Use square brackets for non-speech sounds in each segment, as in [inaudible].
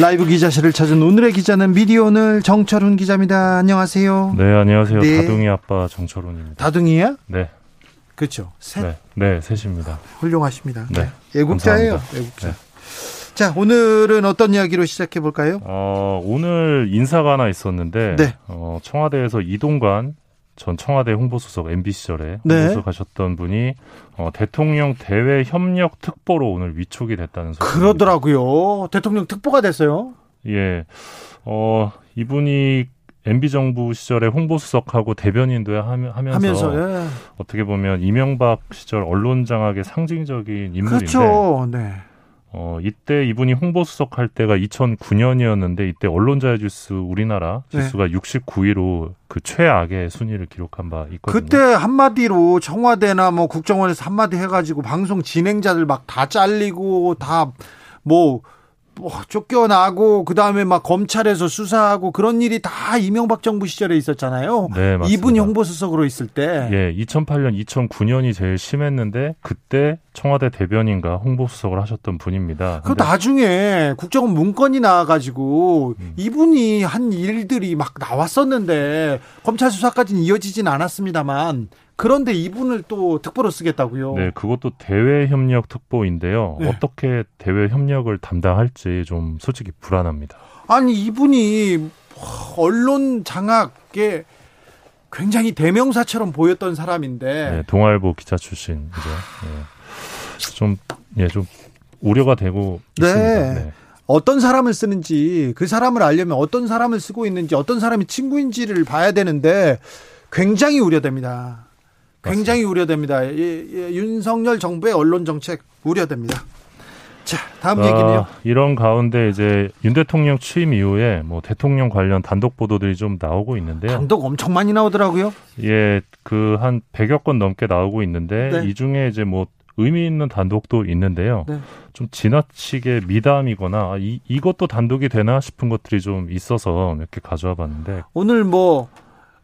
라이브 기자실을 찾은 오늘의 기자는 미디어 오늘 정철훈 기자입니다. 안녕하세요. 네, 안녕하세요. 네. 다둥이 아빠 정철훈입니다. 다둥이야? 네, 그렇죠. 셋 네, 네, 셋입니다. 훌륭하십니다. 네, 애국자예요. 감사합니다. 애국자. 네. 자, 오늘은 어떤 이야기로 시작해 볼까요? 어, 오늘 인사가 하나 있었는데, 네. 어, 청와대에서 이동관 전 청와대 홍보수석 MB 시절에 네. 홍보수석하셨던 분이 어, 대통령 대외 협력 특보로 오늘 위촉이 됐다는 소식. 그러더라고요. 대통령 특보가 됐어요. 예, 어, 이분이 MB 정부 시절에 홍보수석하고 대변인도 하면, 하면서, 하면서 예. 어떻게 보면 이명박 시절 언론 장악의 상징적인 인물인데 그렇죠. 네. 어, 이때 이분이 홍보수석 할 때가 2009년이었는데 이때 언론자의 지수 우리나라 네. 지수가 69위로 그 최악의 순위를 기록한 바 있거든요. 그때 한마디로 청와대나 뭐 국정원에서 한마디 해가지고 방송 진행자들 막 다 잘리고 다 뭐 쫓겨나고 그 다음에 막 검찰에서 수사하고 그런 일이 다 이명박 정부 시절에 있었잖아요. 네, 맞습니다. 이분이 홍보수석으로 네. 있을 때 예, 2008년, 2009년이 제일 심했는데 그때 청와대 대변인과 홍보수석을 하셨던 분입니다. 그 근데 나중에 국정원 문건이 나와가지고 음. 이분이 한 일들이 막 나왔었는데 검찰 수사까지는 이어지진 않았습니다만 그런데 이분을 또 특보로 쓰겠다고요. 네, 그것도 대외 협력 특보인데요. 네. 어떻게 대외 협력을 담당할지 좀 솔직히 불안합니다. 아니 이분이 언론 장악에 굉장히 대명사처럼 보였던 사람인데 네, 동아일보 기자 출신이죠. 예. 좀, 예, 좀 우려가 되고 네. 있습니다. 네. 어떤 사람을 쓰는지 그 사람을 알려면 어떤 사람을 쓰고 있는지 어떤 사람이 친구인지를 봐야 되는데 굉장히 우려됩니다. 굉장히 우려됩니다. 예, 예, 윤석열 정부의 언론 정책 우려됩니다. 자 다음 얘기는요. 아, 이런 가운데 이제 윤 대통령 취임 이후에 뭐 대통령 관련 단독 보도들이 좀 나오고 있는데요. 단독 엄청 많이 나오더라고요. 예, 그 한 100여 건 넘게 나오고 있는데 네. 이 중에 이제 뭐 의미 있는 단독도 있는데요. 네. 좀 지나치게 미담이거나 아, 이, 이것도 단독이 되나 싶은 것들이 좀 있어서 몇 개 가져와 봤는데 [laughs] 오늘 뭐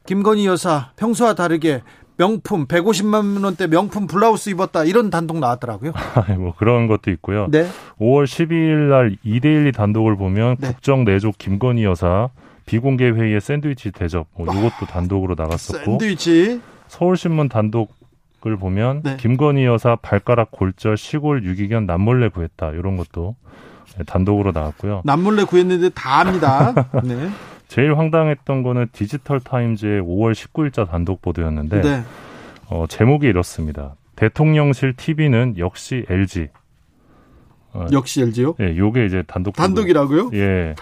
김건희 여사 평소와 다르게 명품 150만 원대 명품 블라우스 입었다 이런 단독 나왔더라고요. 뭐 그런 것도 있고요. 네. 5월 12일 날 2대1이 단독을 보면 네. 국정 내족 김건희 여사 비공개 회의에 샌드위치 대접 뭐 이것도 단독으로 나갔었고 아, 샌드위치. 서울신문 단독을 보면 네. 김건희 여사 발가락 골절 시골 유기견 남몰래 구했다 이런 것도 네, 단독으로 나왔고요. 남몰래 구했는데 다 [laughs] 압니다. 네. 제일 황당했던 거는 디지털 타임즈의 5월 19일자 단독 보도였는데 네. 어, 제목이 이렇습니다. 대통령실 TV는 역시 LG. 어, 역시 LG요. 예, 요게 이제 단독 보도. 단독이라고요? 예.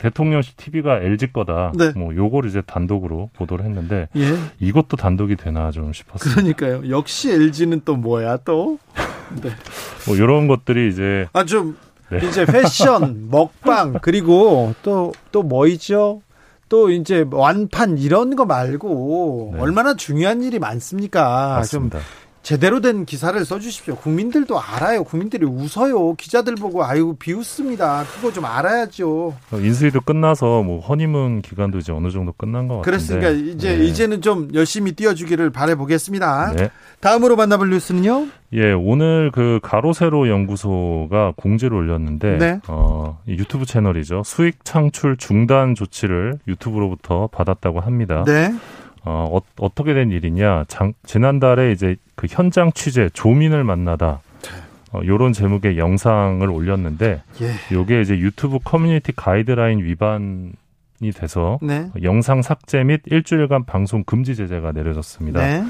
대통령실 TV가 LG 거다. 네. 뭐 요거를 이제 단독으로 보도를 했는데 예. 이것도 단독이 되나 좀 싶었어요. 그러니까요. 역시 LG는 또 뭐야 또? 뭐 이런 것들이 이제 아 좀 네. 이제 [laughs] 패션, 먹방 그리고 또 또 뭐 있죠? 또 이제 완판 이런 거 말고 네. 얼마나 중요한 일이 많습니까? 맞습니다. 아, 좀 제대로 된 기사를 써주십시오. 국민들도 알아요. 국민들이 웃어요. 기자들 보고 아유 비웃습니다. 그거 좀 알아야죠. 어, 인수위도 끝나서 뭐 허니문 기간도 이제 어느 정도 끝난 것 같은데. 그랬으니까 이제 아? 네. 이제는 좀 열심히 뛰어주기를 바라보겠습니다. 네. 다음으로 만나볼 뉴스는요. 예, 오늘 그 가로세로 연구소가 공지를 올렸는데 네. 어, 이 유튜브 채널이죠. 수익 창출 중단 조치를 유튜브로부터 받았다고 합니다. 네. 어, 어, 떻게된 일이냐. 장- 지난달에 이제 그 현장 취재 조민을 만나다. 어, 요런 제목의 영상을 올렸는데 예. 요게 이제 유튜브 커뮤니티 가이드라인 위반이 돼서 네. 영상 삭제 및 일주일간 방송 금지 제재가 내려졌습니다. 네.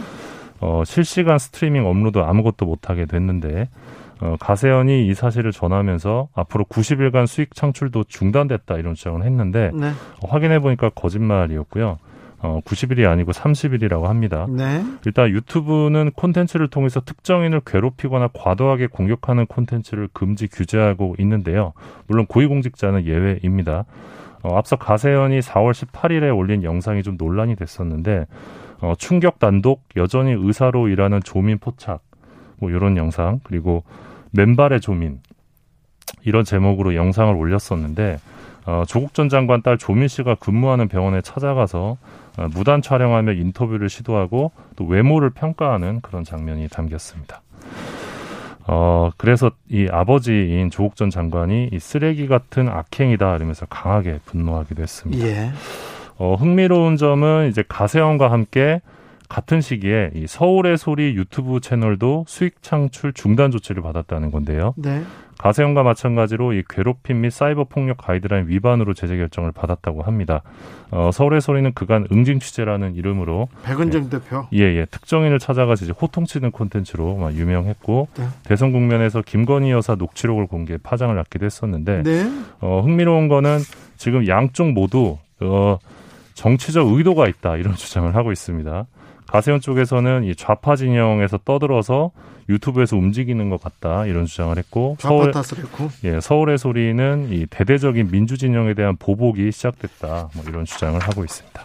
어, 실시간 스트리밍 업로드 아무것도 못하게 됐는데 어, 가세현이 이 사실을 전하면서 앞으로 90일간 수익 창출도 중단됐다 이런 주장을 했는데 네. 어, 확인해 보니까 거짓말이었고요. 어, 90일이 아니고 30일이라고 합니다. 네. 일단 유튜브는 콘텐츠를 통해서 특정인을 괴롭히거나 과도하게 공격하는 콘텐츠를 금지 규제하고 있는데요. 물론 고위공직자는 예외입니다. 어, 앞서 가세현이 4월 18일에 올린 영상이 좀 논란이 됐었는데 어, 충격 단독 여전히 의사로 일하는 조민 포착 뭐 이런 영상 그리고 맨발의 조민 이런 제목으로 영상을 올렸었는데 어, 조국 전 장관 딸 조민 씨가 근무하는 병원에 찾아가서 어, 무단 촬영하며 인터뷰를 시도하고 또 외모를 평가하는 그런 장면이 담겼습니다. 어, 그래서 이 아버지인 조국 전 장관이 이 쓰레기 같은 악행이다 이러면서 강하게 분노하기도 했습니다. 예. 어, 흥미로운 점은 이제 가세현과 함께 같은 시기에 이 서울의 소리 유튜브 채널도 수익 창출 중단 조치를 받았다는 건데요. 네. 가세형과 마찬가지로 이 괴롭힘 및 사이버 폭력 가이드라인 위반으로 제재 결정을 받았다고 합니다. 어, 서울의 소리는 그간 응징 취재라는 이름으로 백은정 네. 대표. 예예 특정인을 찾아가서 이제 호통치는 콘텐츠로 막 유명했고 네. 대선 국면에서 김건희 여사 녹취록을 공개 파장을 낳기도 했었는데 네. 어, 흥미로운 거는 지금 양쪽 모두 어, 정치적 의도가 있다 이런 [laughs] 주장을 하고 있습니다. 가세현 쪽에서는 이 좌파 진영에서 떠들어서 유튜브에서 움직이는 것 같다 이런 주장을 했고 서울- 좌파 탓을 했고. 예, 서울의 소리는 이 대대적인 민주진영에 대한 보복이 시작됐다. 뭐 이런 주장을 하고 있습니다.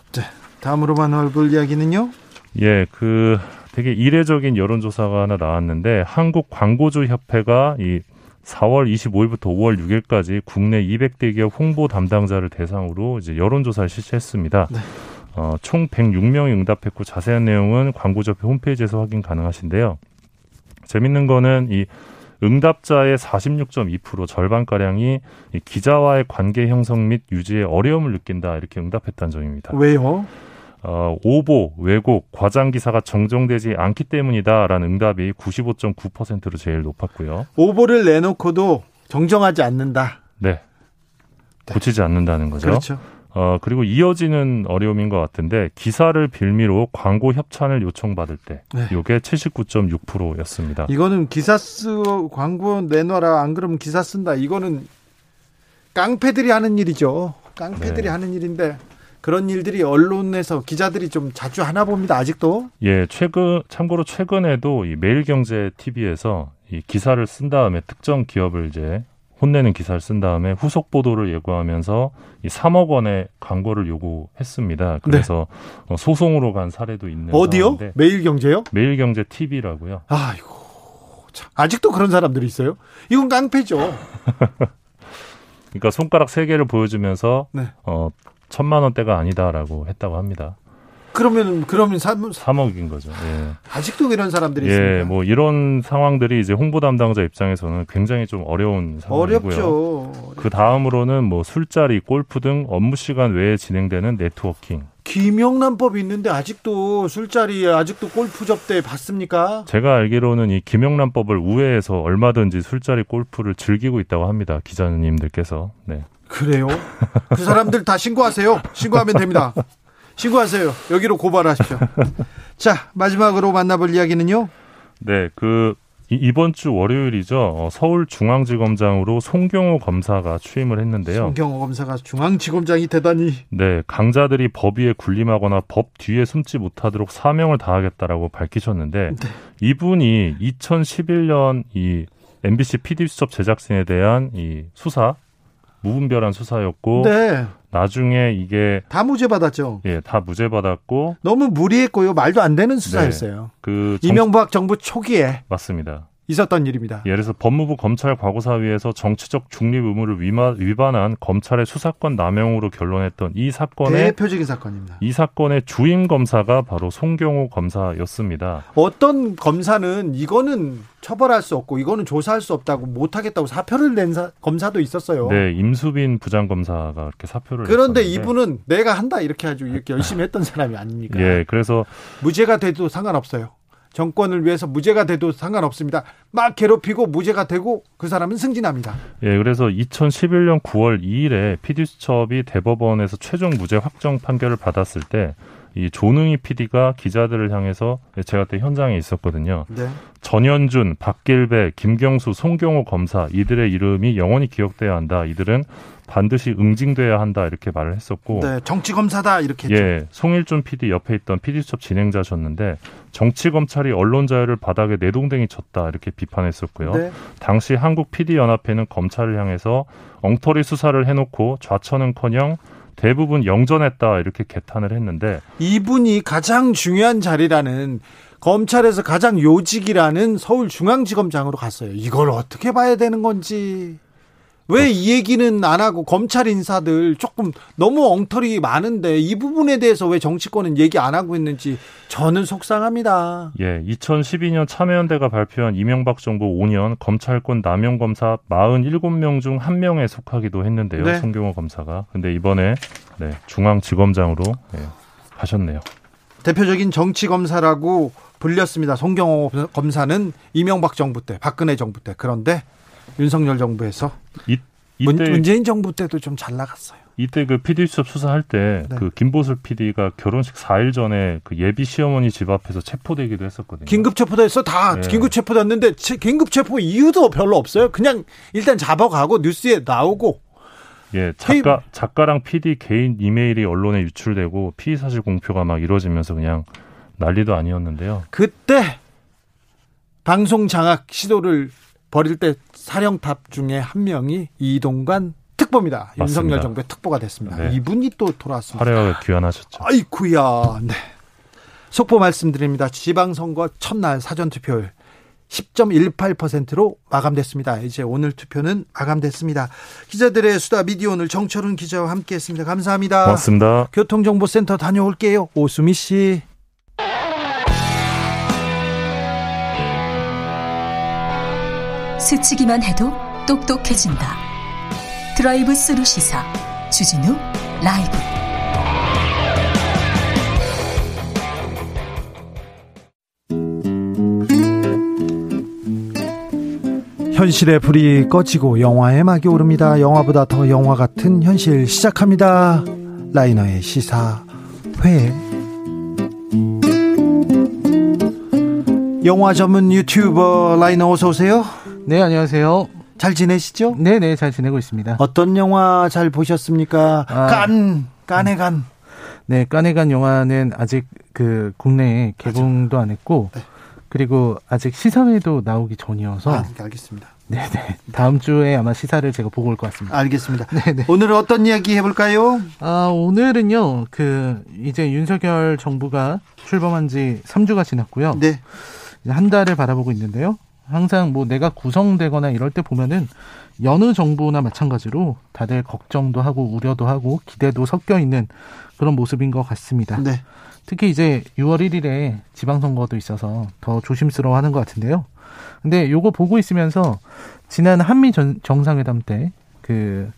다음으로만 얼굴 이야기는요. 예, 그 되게 이례적인 여론조사가 하나 나왔는데 한국 광고주 협회가 이 4월 25일부터 5월 6일까지 국내 200대 기업 홍보 담당자를 대상으로 이제 여론조사를 실시했습니다. 네. 어, 총 106명이 응답했고 자세한 내용은 광고주협회 홈페이지에서 확인 가능하신데요. 재밌는 거는 이 응답자의 46.2% 절반가량이 이 기자와의 관계 형성 및 유지에 어려움을 느낀다 이렇게 응답했다는 점입니다. 왜요? 어, 오보, 왜곡, 과장 기사가 정정되지 않기 때문이다라는 응답이 95.9%로 제일 높았고요. 오보를 내놓고도 정정하지 않는다. 네. 고치지 않는다는 거죠. 네. 그렇죠. 어, 그리고 이어지는 어려움인 것 같은데 기사를 빌미로 광고 협찬을 요청받을 때 네. 요게 79.6%였습니다. 이거는 기사 쓰 광고 내놔라. 안 그러면 기사 쓴다. 이거는 깡패들이 하는 일이죠. 깡패들이 네. 하는 일인데 그런 일들이 언론에서 기자들이 좀 자주 하나 봅니다. 아직도. 예, 최근 참고로 최근에도 이 매일경제 TV에서 이 기사를 쓴 다음에 특정 기업을 이제 혼내는 기사를 쓴 다음에 후속 보도를 예고하면서 이 3억 원의 광고를 요구했습니다. 그래서 어, 소송으로 간 사례도 있는 네. 어디요? 상황인데 매일경제요? 매일경제 TV라고요. 아이고. 참. 아직도 그런 사람들이 있어요? 이건 깡패죠. 그러니까 손가락 세 개를 보여주면서 네. 어 천만 원대가 아니다라고 했다고 합니다. 그러면 그러면 사, 3억인 거죠. 예. 아직도 이런 사람들이 예, 있습니다. 뭐 이런 상황들이 이제 홍보 담당자 입장에서는 굉장히 좀 어려운 상황이고요. 어렵죠. 그 다음으로는 뭐 술자리, 골프 등 업무 시간 외에 진행되는 네트워킹. 김영란법이 있는데 아직도 술자리에 아직도 골프 접대 받습니까? 제가 알기로는 이 김영란법을 우회해서 얼마든지 술자리, 골프를 즐기고 있다고 합니다. 기자님들께서. 네. 그래요? 그 사람들 다 신고하세요. 신고하면 됩니다. 신고하세요. 여기로 고발하십시오. 자, 마지막으로 만나볼 이야기는요. 네, 그 이- 이번 주 월요일이죠. 어, 서울중앙지검장으로 송경호 검사가 취임을 했는데요. 송경호 검사가 중앙지검장이 되다니. 네, 강자들이 법 위에 군림하거나 법 뒤에 숨지 못하도록 사명을 다하겠다라고 밝히셨는데 네. 이분이 2011년 이 MBC PD 수첩 제작진에 대한 이 수사 무분별한 수사였고 네, 나중에 이게 다 무죄 받았죠. 예, 다 무죄 받았고 너무 무리했고요. 말도 안 되는 수사였어요. 그 정- 이명박 정부 초기에 맞습니다. 있었던 일입니다. 예, 그래서 법무부 검찰 과거사위에서 정치적 중립 의무를 위마, 위반한 검찰의 수사권 남용으로 결론했던 이 사건의 대표적인 사건입니다. 이 사건의 주임 검사가 바로 송경호 검사였습니다. 어떤 검사는 이거는 처벌할 수 없고 이거는 조사할 수 없다고 못 하겠다고 사표를 낸 사- 검사도 있었어요. 네, 임수빈 부장검사가 이렇게 사표를 그런데 냈었는데, 이분은 내가 한다 이렇게 아주 이렇게 열심히 했던 사람이 아닙니까? 예, 그래서 무죄가 돼도 상관없어요. 정권을 위해서 무죄가 돼도 상관없습니다. 막 괴롭히고 무죄가 되고 그 사람은 승진합니다. 예, 그래서 2011년 9월 2일에 피디수첩이 대법원에서 최종 무죄 확정 판결을 받았을 때 이 조능희 PD가 기자들을 향해서 제가 그때 현장에 있었거든요. 네. 전현준, 박길배, 김경수, 송경호 검사 이들의 이름이 영원히 기억돼야 한다. 이들은 반드시 응징돼야 한다 이렇게 말을 했었고 네. 정치 검사다 이렇게 했죠. 예, 송일준 PD 옆에 있던 PD수첩 진행자셨는데 정치 검찰이 언론 자유를 바닥에 내동댕이 쳤다 이렇게 비판했었고요. 네. 당시 한국 PD 연합회는 검찰을 향해서 엉터리 수사를 해놓고 좌천은커녕 대부분 영전했다 이렇게 개탄을 했는데 이분이 가장 중요한 자리라는 검찰에서 가장 요직이라는 서울중앙지검장으로 갔어요. 이걸 어떻게 봐야 되는 건지. 어. 왜 이 얘기는 안 하고 검찰 인사들 조금 너무 엉터리 많은데 이 부분에 대해서 왜 정치권은 얘기 안 하고 있는지 저는 속상합니다. 예, 2012년 참여연대가 발표한 이명박 정부 5년 검찰권 남용 검사 47명 중 한 명에 속하기도 했는데요. 네. 송경호 검사가. 근데 이번에 네, 중앙지검장으로 예, 하셨네요. 대표적인 정치 검사라고 불렸습니다. 송경호 검사는 이명박 정부 때, 박근혜 정부 때. 그런데 윤석열 정부에서 이, 문, 이때 문재인 정부 때도 좀 잘 나갔어요. 이때 그 PD 수첩 수사할 때 그 네. 김보슬 PD가 결혼식 4일 전에 그 예비 시어머니 집 앞에서 체포되기도 했었거든요. 긴급 체포됐어 다 네. 긴급 체포됐는데 체- 긴급 체포 이유도 별로 없어요. 그냥 일단 잡아가고 뉴스에 나오고 예, 테이블. 작가 작가랑 PD 개인 이메일이 언론에 유출되고 피의 사실 공표가 막 이루어지면서 그냥 난리도 아니었는데요. 그때 방송 장악 시도를 벌일 때 사령탑 중에 한 명이 이동관 특보입니다. 맞습니다. 윤석열 정부의 특보가 됐습니다. 네. 이분이 또 돌아왔습니다. 화려하게 귀환하셨죠. 아이쿠야. 네. 속보 말씀드립니다. 지방선거 첫날 사전투표 10.18%로 마감됐습니다. 이제 오늘 투표는 마감됐습니다. 기자들의 수다 미디어 오늘 정철훈 기자와 함께했습니다. 감사합니다. 고맙습니다. 교통정보센터 다녀올게요. 오수미 씨. 스치기만 해도 똑똑해진다. 드라이브 스루 시사 주진우 라이브. 현실의 불이 꺼지고 영화의 막이 오릅니다. 영화보다 더 영화 같은 현실 시작합니다. 라이너의 시사회. 영화 전문 유튜버 라이너 어서 오세요. 네, 안녕하세요. 잘 지내시죠? 네, 네, 잘 지내고 있습니다. 어떤 영화 잘 보셨습니까? 아. 깐 깐의 간. 네, 까네간 영화는 아직 그 국내에 개봉도 안 했고, 네. 그리고 아직 시사회도 나오기 전이어서, 아, 알겠습니다. 네, 네. 다음 주에 아마 시사를 제가 보고 올 것 [laughs] 같습니다. 알겠습니다. 오늘은 어떤 이야기 해볼까요? 아, 오늘은요, 그, 이제 윤석열 정부가 출범한 지 3주가 지났고요. 네. 이제 한 달을 바라보고 있는데요. 항상 뭐 내가 구성되거나 이럴 때 보면은 여느 정부나 마찬가지로 다들 걱정도 하고 우려도 하고 기대도 섞여 있는 그런 모습인 것 같습니다. 네. 특히 이제 6월 1일에 지방선거도 있어서 더 조심스러워 하는 것 같은데요. 근데 요거 보고 있으면서 지난 한미 전- 정상회담 때 그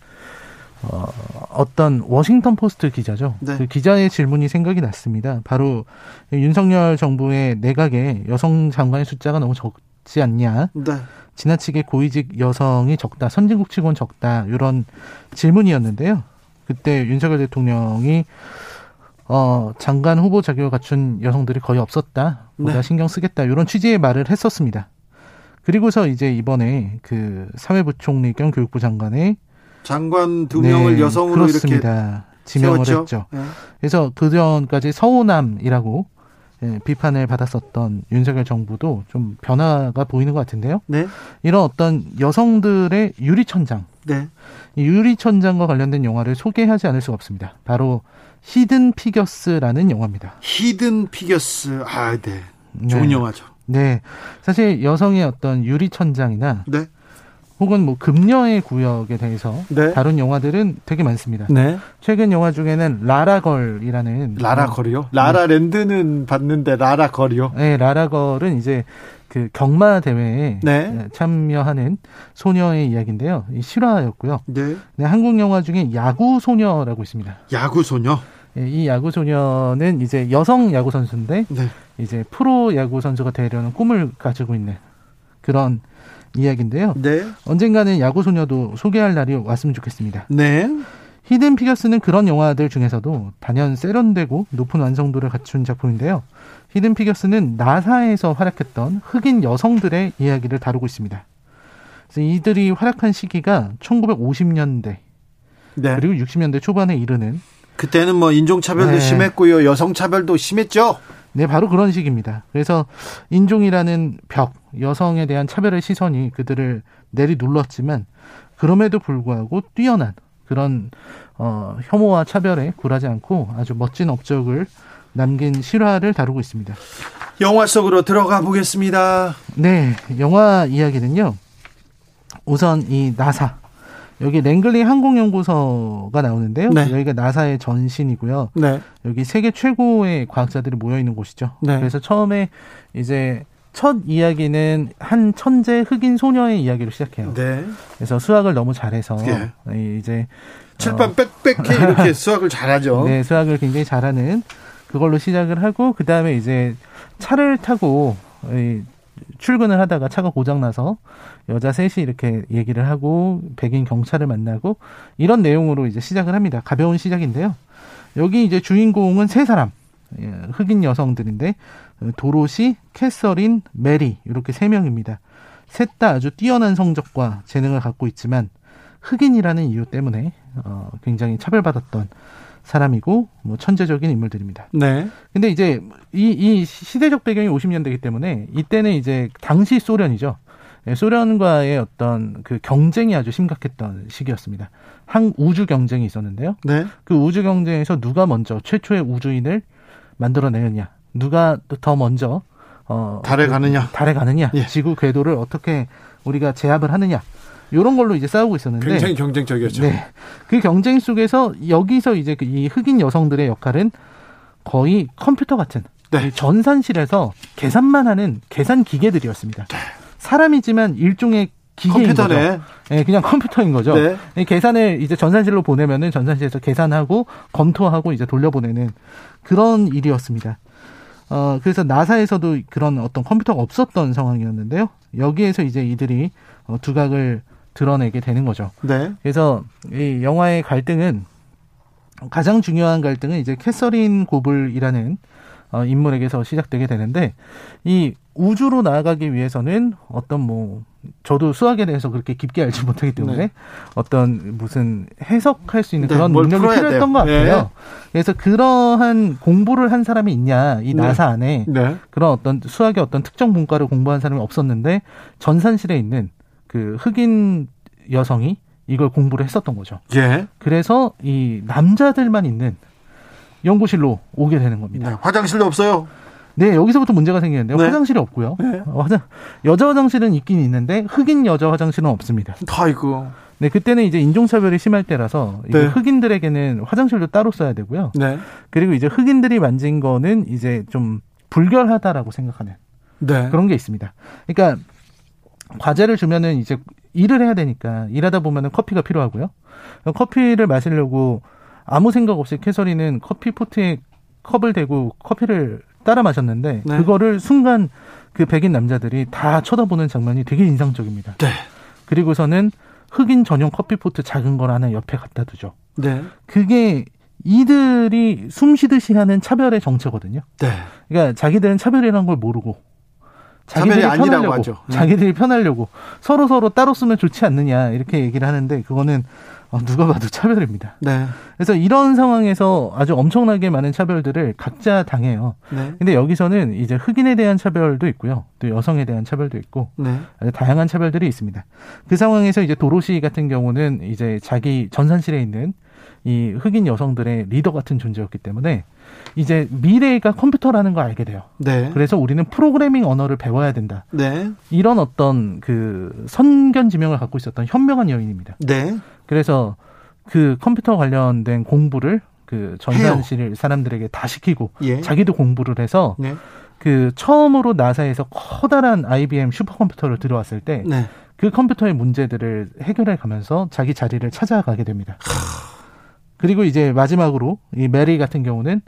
어, 어떤 워싱턴 포스트 기자죠. 네. 그 기자의 질문이 생각이 났습니다. 바로 윤석열 정부의 내각에 여성 장관의 숫자가 너무 적지 않냐. 네. 지나치게 고위직 여성이 적다, 선진국 치고는 적다, 이런 질문이었는데요. 그때 윤석열 대통령이 어, 장관 후보 자격을 갖춘 여성들이 거의 없었다, 보다 네. 신경 쓰겠다, 이런 취지의 말을 했었습니다. 그리고서 이제 이번에 그 사회부총리 겸 교육부 장관의 장관 두 네, 명을 여성으로 이렇게 그렇습니다. 지명을 세웠죠. 했죠. 네. 그래서 그 전까지 서호남이라고 예, 비판을 받았었던 윤석열 정부도 좀 변화가 보이는 것 같은데요. 네. 이런 어떤 여성들의 유리천장, 네. 이 유리천장과 관련된 영화를 소개하지 않을 수가 없습니다. 바로 히든 피겨스라는 영화입니다. 히든 피겨스. 아, 네. 좋은 네. 영화죠. 네, 사실 여성의 어떤 유리천장이나 네. 혹은 뭐 금녀의 구역에 대해서 네. 다룬 영화들은 되게 많습니다. 네. 최근 영화 중에는 라라걸이라는 라라 거리요? 라라 랜드는 봤는데 라라 거리요? 네, 라라걸은 이제 그 경마 대회에 네. 참여하는 소녀의 이야기인데요. 이 실화였고요. 네. 네, 한국 영화 중에 야구 소녀라고 있습니다. 야구 소녀. 예, 이 야구 소녀는 이제 여성 야구 선수인데 네. 이제 프로 야구 선수가 되려는 꿈을 가지고 있는 그런 이야기인데요. 네. 언젠가는 야구 소녀도 소개할 날이 왔으면 좋겠습니다. 네. 히든 피겨스는 그런 영화들 중에서도 단연 세련되고 높은 완성도를 갖춘 작품인데요. 히든 피겨스는 나사에서 활약했던 흑인 여성들의 이야기를 다루고 있습니다. 그래서 이들이 활약한 시기가 1950년대 네. 그리고 60년대 초반에 이르는 그때는 뭐 인종차별도 네. 심했고요. 여성차별도 심했죠. 네, 바로 그런 식입니다. 그래서 인종이라는 벽, 여성에 대한 차별의 시선이 그들을 내리눌렀지만 그럼에도 불구하고 뛰어난 그런 어, 혐오와 차별에 굴하지 않고 아주 멋진 업적을 남긴 실화를 다루고 있습니다. 영화 속으로 들어가 보겠습니다. 네, 영화 이야기는요. 우선 이 나사 여기 랭글리 항공연구소가 나오는데요. 네. 여기가 나사의 전신이고요. 네. 여기 세계 최고의 과학자들이 모여 있는 곳이죠. 네. 그래서 처음에 이제 첫 이야기는 한 천재 흑인 소녀의 이야기로 시작해요. 네. 그래서 수학을 너무 잘해서 예. 이- 이제 칠판 빽빽해 이렇게 수학을 잘하죠. 네, 수학을 굉장히 잘하는 그걸로 시작을 하고 그 다음에 이제 차를 타고 이 출근을 하다가 차가 고장 나서 여자 셋이 이렇게 얘기를 하고 백인 경찰을 만나고 이런 내용으로 이제 시작을 합니다. 가벼운 시작인데요. 여기 이제 주인공은 세 사람 예, 흑인 여성들인데 어, 도로시, 캐서린, 메리 이렇게 세 명입니다. 셋 다 아주 뛰어난 성적과 재능을 갖고 있지만 흑인이라는 이유 때문에 어, 굉장히 차별받았던 사람이고 뭐 천재적인 인물들입니다. 네. 근데 이제 이, 이 시대적 배경이 50년대이기 때문에 이때는 이제 당시 소련이죠. 예, 소련과의 어떤 그 경쟁이 아주 심각했던 시기였습니다. 항 우주 경쟁이 있었는데요. 네. 그 우주 경쟁에서 누가 먼저 최초의 우주인을 만들어내느냐, 누가 더 먼저 어, 달에 가느냐. 달에 가느냐, 예. 지구 궤도를 어떻게 우리가 제압을 하느냐 이런 걸로 이제 싸우고 있었는데 굉장히 경쟁적이었죠. 네. 그 경쟁 속에서 여기서 이제 그이 흑인 여성들의 역할은 거의 컴퓨터 같은 네. 이 전산실에서 계산만 하는 계산 기계들이었습니다. 사람이지만 일종의 기계인 거죠. 네. 컴퓨터네. 네, 그냥 컴퓨터인 거죠. 네. 이 계산을 이제 전산실로 보내면은 전산실에서 계산하고 검토하고 이제 돌려보내는 그런 일이었습니다. 어, 그래서 나사에서도 그런 어떤 컴퓨터가 없었던 상황이었는데요. 여기에서 이제 이들이 어, 두각을 드러내게 되는 거죠. 네. 그래서 이 영화의 갈등은 가장 중요한 갈등은 이제 캐서린 고블이라는 어, 인물에게서 시작되게 되는데 이 우주로 나아가기 위해서는 어떤 뭐 저도 수학에 대해서 그렇게 깊게 알지 못하기 때문에 네. 어떤 무슨 해석할 수 있는 네, 그런 뭘 능력이 풀어야 필요했던 돼요. 것 같아요. 네. 그래서 그러한 공부를 한 사람이 있냐 이 네. 나사 안에 네. 그런 어떤 수학의 어떤 특정 분과를 공부한 사람이 없었는데 전산실에 있는 그 흑인 여성이 이걸 공부를 했었던 거죠. 예. 그래서 이 남자들만 있는 연구실로 오게 되는 네. 겁니다. 화장실도 없어요. 네, 여기서부터 문제가 생기는데요. 네. 화장실이 없고요. 네. 어, 화장- 여자 화장실은 있긴 있는데 흑인 여자 화장실은 없습니다. 아이고. 네, 그때는 이제 인종차별이 심할 때라서 이거 네. 흑인들에게는 화장실도 따로 써야 되고요. 네. 그리고 이제 흑인들이 만진 거는 이제 좀 불결하다라고 생각하는 네. 그런 게 있습니다. 그러니까 과제를 주면은 이제 일을 해야 되니까 일하다 보면은 커피가 필요하고요. 커피를 마시려고 아무 생각 없이 캐서린은 커피 포트에 컵을 대고 커피를 따라 마셨는데 네. 그거를 순간 그 백인 남자들이 다 쳐다보는 장면이 되게 인상적입니다. 네. 그리고서는 흑인 전용 커피 포트 작은 걸 하나 옆에 갖다 두죠. 네. 그게 이들이 숨 쉬듯이 하는 차별의 정체거든요. 네. 그러니까 자기들은 차별이라는 걸 모르고 차별이 아니라고 하죠. 네. 자기들이 편하려고 서로 서로 따로 쓰면 좋지 않느냐 이렇게 얘기를 하는데 그거는 어, 누가 봐도 차별입니다. 네. 그래서 이런 상황에서 아주 엄청나게 많은 차별들을 각자 당해요. 네. 근데 여기서는 이제 흑인에 대한 차별도 있고요, 또 여성에 대한 차별도 있고 네. 아주 다양한 차별들이 있습니다. 그 상황에서 이제 도로시 같은 경우는 이제 자기 전산실에 있는 이 흑인 여성들의 리더 같은 존재였기 때문에 이제 미래가 컴퓨터라는 걸 알게 돼요. 네. 그래서 우리는 프로그래밍 언어를 배워야 된다. 네. 이런 어떤 그 선견 지명을 갖고 있었던 현명한 여인입니다. 네. 그래서 그 컴퓨터 관련된 공부를 그 전산실 사람들에게 다 시키고 예. 자기도 공부를 해서 네. 그 처음으로 나사에서 커다란 IBM 슈퍼컴퓨터를 들어왔을 때 그 네. 컴퓨터의 문제들을 해결해 가면서 자기 자리를 찾아가게 됩니다. 그리고 이제 마지막으로 이 메리 같은 경우는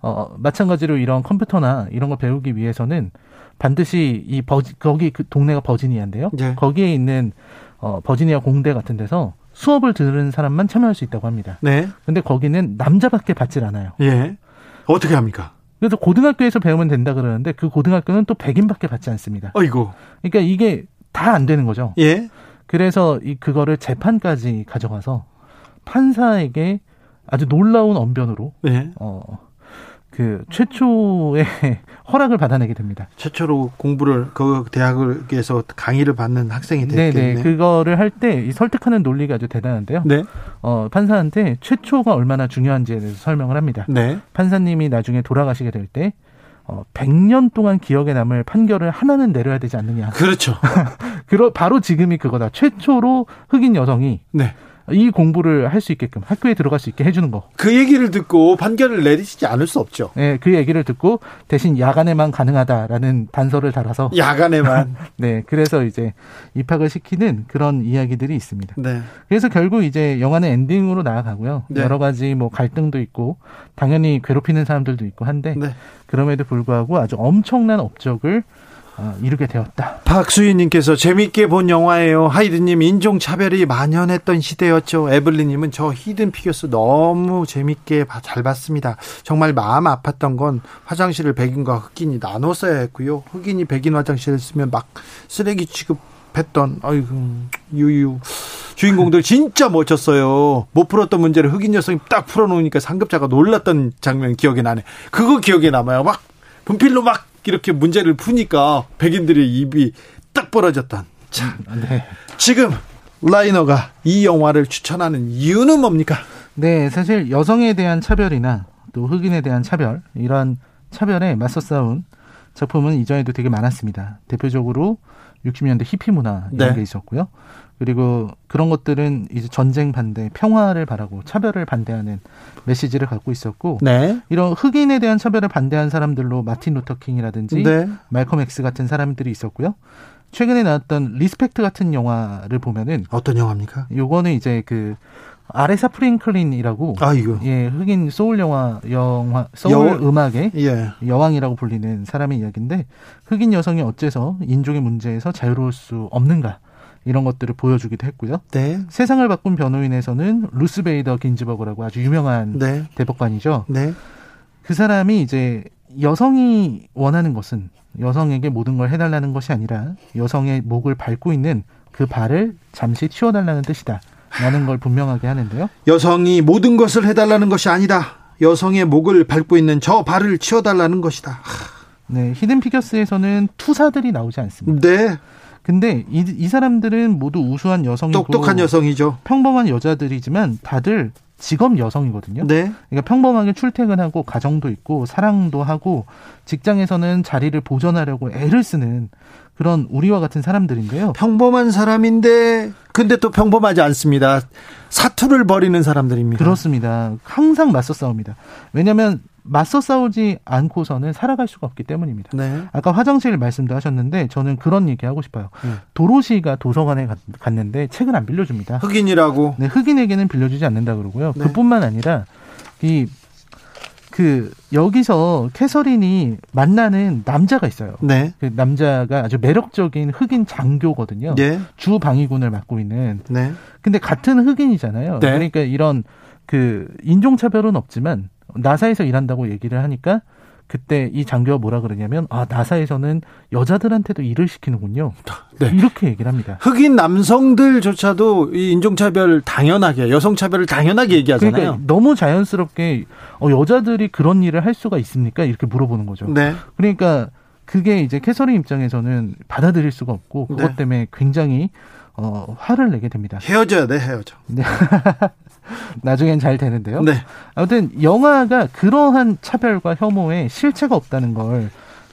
어 마찬가지로 이런 컴퓨터나 이런 걸 배우기 위해서는 반드시 이 버지 거기 그 동네가 버지니아인데요. 예. 거기에 있는 어 버지니아 공대 같은 데서 수업을 들은 사람만 참여할 수 있다고 합니다. 네. 근데 거기는 남자밖에 받질 않아요. 예. 어떻게 합니까? 그래서 고등학교에서 배우면 된다 그러는데 그 고등학교는 또 100인밖에 받지 않습니다. 어이고. 그러니까 이게 다 안 되는 거죠. 예. 그래서 이 그거를 재판까지 가져가서 판사에게 아주 놀라운 언변으로 예. 어그 최초의 [laughs] 허락을 받아내게 됩니다. 최초로 공부를 그 대학에서 강의를 받는 학생이 아, 됐겠네. 네네 그거를 할 때 이 설득하는 논리가 아주 대단한데요. 네. 어 판사한테 최초가 얼마나 중요한지에 대해서 설명을 합니다. 네. 판사님이 나중에 돌아가시게 될 때 어, 100년 동안 기억에 남을 판결을 하나는 내려야 되지 않느냐. 그렇죠. 그러, 바로 지금이 그거다. 최초로 흑인 여성이 네. 이 공부를 할 수 있게끔 학교에 들어갈 수 있게 해주는 거. 그 얘기를 듣고 판결을 내리시지 않을 수 없죠. [laughs] 네, 그 얘기를 듣고 대신 야간에만 가능하다라는 단서를 달아서 예. 야간에만. 네, 그래서 이제 입학을 시키는 그런 이야기들이 있습니다. 네. 그래서 결국 이제 영화는 엔딩으로 나아가고요. 네. 여러 가지 뭐 갈등도 있고 당연히 괴롭히는 사람들도 있고 한데 네. 그럼에도 불구하고 아주 엄청난 업적을 어, 이루게 되었다. 박수희님께서 재밌게 본 영화예요. 하이드님 인종차별이 만연했던 시대였죠. 에블리님은 저 히든 피겨스 너무 재밌게 봐- 잘 봤습니다. 정말 마음 아팠던 건 화장실을 백인과 흑인이 나눴어야 했고요. 흑인이 백인 화장실을 쓰면 막 쓰레기 취급했던 아이고 유유 주인공들 진짜 멋졌어요. 못 풀었던 문제를 흑인 여성이 딱 풀어놓으니까 상급자가 놀랐던 장면 기억이 나네. 그거 기억에 남아요. 막 분필로 막 이렇게 문제를 푸니까 백인들의 입이 딱 벌어졌던. 자, 네. 지금 라이너가 이 영화를 추천하는 이유는 뭡니까? 네, 사실 여성에 대한 차별이나 또 흑인에 대한 차별, 이런 차별에 맞서 싸운 작품은 이전에도 되게 많았습니다. 대표적으로 60년대 히피 문화 이런 네. 게 있었고요. 그리고 그런 것들은 이제 전쟁 반대, 평화를 바라고 차별을 반대하는 메시지를 갖고 있었고 네. 이런 흑인에 대한 차별을 반대한 사람들로 마틴 루터 킹이라든지 네. 말콤 엑스 같은 사람들이 있었고요. 최근에 나왔던 리스펙트 같은 영화를 보면은 어떤 영화입니까? 요거는 이제 그 아레사 프링클린이라고 아, 이거. 예, 흑인 소울 영화 영화 소울 여왕. 음악의 예. 여왕이라고 불리는 사람의 이야기인데 흑인 여성이 어째서 인종의 문제에서 자유로울 수 없는가 이런 것들을 보여주기도 했고요. 네. 세상을 바꾼 변호인에서는 루스베이더 긴즈버그라고 아주 유명한 네. 대법관이죠. 네. 그 사람이 이제 여성이 원하는 것은 여성에게 모든 걸 해달라는 것이 아니라 여성의 목을 밟고 있는 그 발을 잠시 치워달라는 뜻이다. 라는 걸 분명하게 하는데요. 여성이 모든 것을 해달라는 것이 아니다. 여성의 목을 밟고 있는 저 발을 치워달라는 것이다. 네, 히든 피겨스에서는 투사들이 나오지 않습니다. 네. 근데 이, 이 사람들은 모두 우수한 여성이고 똑똑한 여성이죠. 평범한 여자들이지만 다들 직업 여성이거든요. 네. 그러니까 평범하게 출퇴근하고 가정도 있고 사랑도 하고 직장에서는 자리를 보존하려고 애를 쓰는 그런 우리와 같은 사람들인데요. 평범한 사람인데 근데 또 평범하지 않습니다. 사투를 벌이는 사람들입니다. 그렇습니다. 항상 맞서 싸웁니다. 왜냐하면 맞서 싸우지 않고서는 살아갈 수가 없기 때문입니다. 네. 아까 화장실 말씀도 하셨는데 저는 그런 얘기 하고 싶어요. 음. 도로시가 도서관에 갔- 갔는데 책을 안 빌려줍니다. 흑인이라고. 네, 흑인에게는 빌려주지 않는다 그러고요. 네. 그뿐만 아니라 이 그 여기서 캐서린이 만나는 남자가 있어요. 네. 그 남자가 아주 매력적인 흑인 장교거든요. 네. 주 방위군을 맡고 있는 네. 근데 같은 흑인이잖아요. 네. 그러니까 이런 그 인종차별은 없지만 나사에서 일한다고 얘기를 하니까 그때 이 장교가 뭐라 그러냐면 아 나사에서는 여자들한테도 일을 시키는군요. [laughs] 네. 이렇게 얘기를 합니다. 흑인 남성들조차도 이 인종차별 당연하게 여성차별을 당연하게 그러니까 얘기하잖아요. 너무 자연스럽게 어, 여자들이 그런 일을 할 수가 있습니까? 이렇게 물어보는 거죠. 네. 그러니까 그게 이제 캐서린 입장에서는 받아들일 수가 없고 그것 네. 때문에 굉장히 어, 화를 내게 됩니다. 헤어져야 돼, 헤어져. 나중엔 잘 되는데요. 네. 아무튼 영화가 그러한 차별과 혐오에 실체가 없다는 걸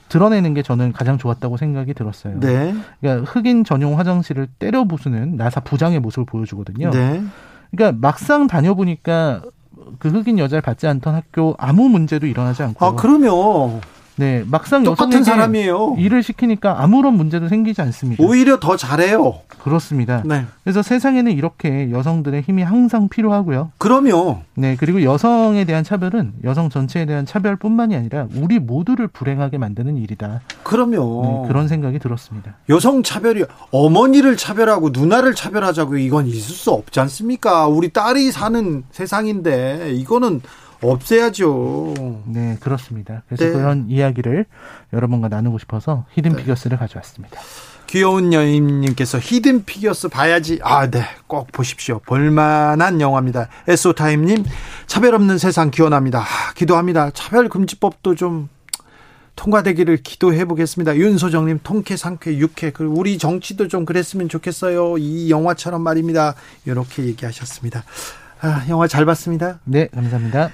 드러내는 게 저는 가장 좋았다고 생각이 들었어요. 네. 그러니까 흑인 전용 화장실을 때려 부수는 나사 부장의 모습을 보여주거든요. 네. 그러니까 막상 다녀보니까 그 흑인 여자를 받지 않던 학교 아무 문제도 일어나지 않고 아, 그러면 네, 막상 똑같은 여성에게 사람이에요. 일을 시키니까 아무런 문제도 생기지 않습니다. 오히려 더 잘해요. 그렇습니다. 네. 그래서 세상에는 이렇게 여성들의 힘이 항상 필요하고요. 그럼요. 네, 그리고 여성에 대한 차별은 여성 전체에 대한 차별뿐만이 아니라 우리 모두를 불행하게 만드는 일이다. 네, 그럼요. 그런 생각이 들었습니다. 여성 차별이 어머니를 차별하고 누나를 차별하자고 이건 있을 수 없지 않습니까? 우리 딸이 사는 세상인데 이거는 없애야죠. 네, 네. 그렇습니다. 그래서 네. 그런 이야기를 여러분과 나누고 싶어서 히든 피겨스를 가져왔습니다. 귀여운 여인님께서 히든 피겨스 봐야지. 아, 네. 꼭 보십시오. 볼만한 영화입니다. 에소타임님, 차별 없는 세상 기원합니다. 아, 기도합니다. 차별금지법도 좀 통과되기를 기도해 보겠습니다. 윤소정님, 통쾌, 상쾌, 육쾌. 그리고 우리 정치도 좀 그랬으면 좋겠어요. 이 영화처럼 말입니다. 이렇게 얘기하셨습니다. 아, 영화 잘 봤습니다. 네, 감사합니다.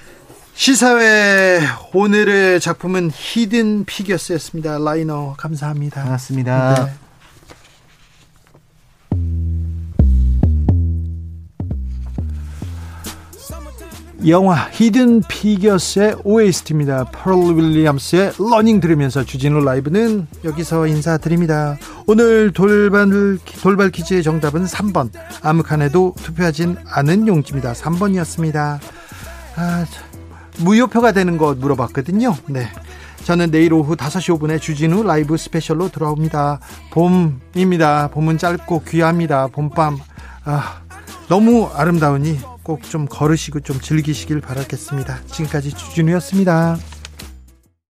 시사회 오늘의 작품은 히든 피겨스였습니다. 라이너, 감사합니다. 반갑습니다. 네. 영화 히든 피겨스의 OST입니다. 펄 윌리엄스의 러닝 들으면서 주진우 라이브는 여기서 인사드립니다. 오늘 돌발, 돌발 퀴즈의 정답은 3번. 아무칸에도 투표하진 않은 용지입니다. 3번이었습니다. 아, 참. 무효표가 되는 것 물어봤거든요. 네. 저는 내일 오후 5시 5분에 주진우 라이브 스페셜로 돌아옵니다. 봄입니다. 봄은 짧고 귀합니다. 봄밤. 아, 너무 아름다우니 꼭 좀 걸으시고 좀 즐기시길 바라겠습니다. 지금까지 주진우였습니다.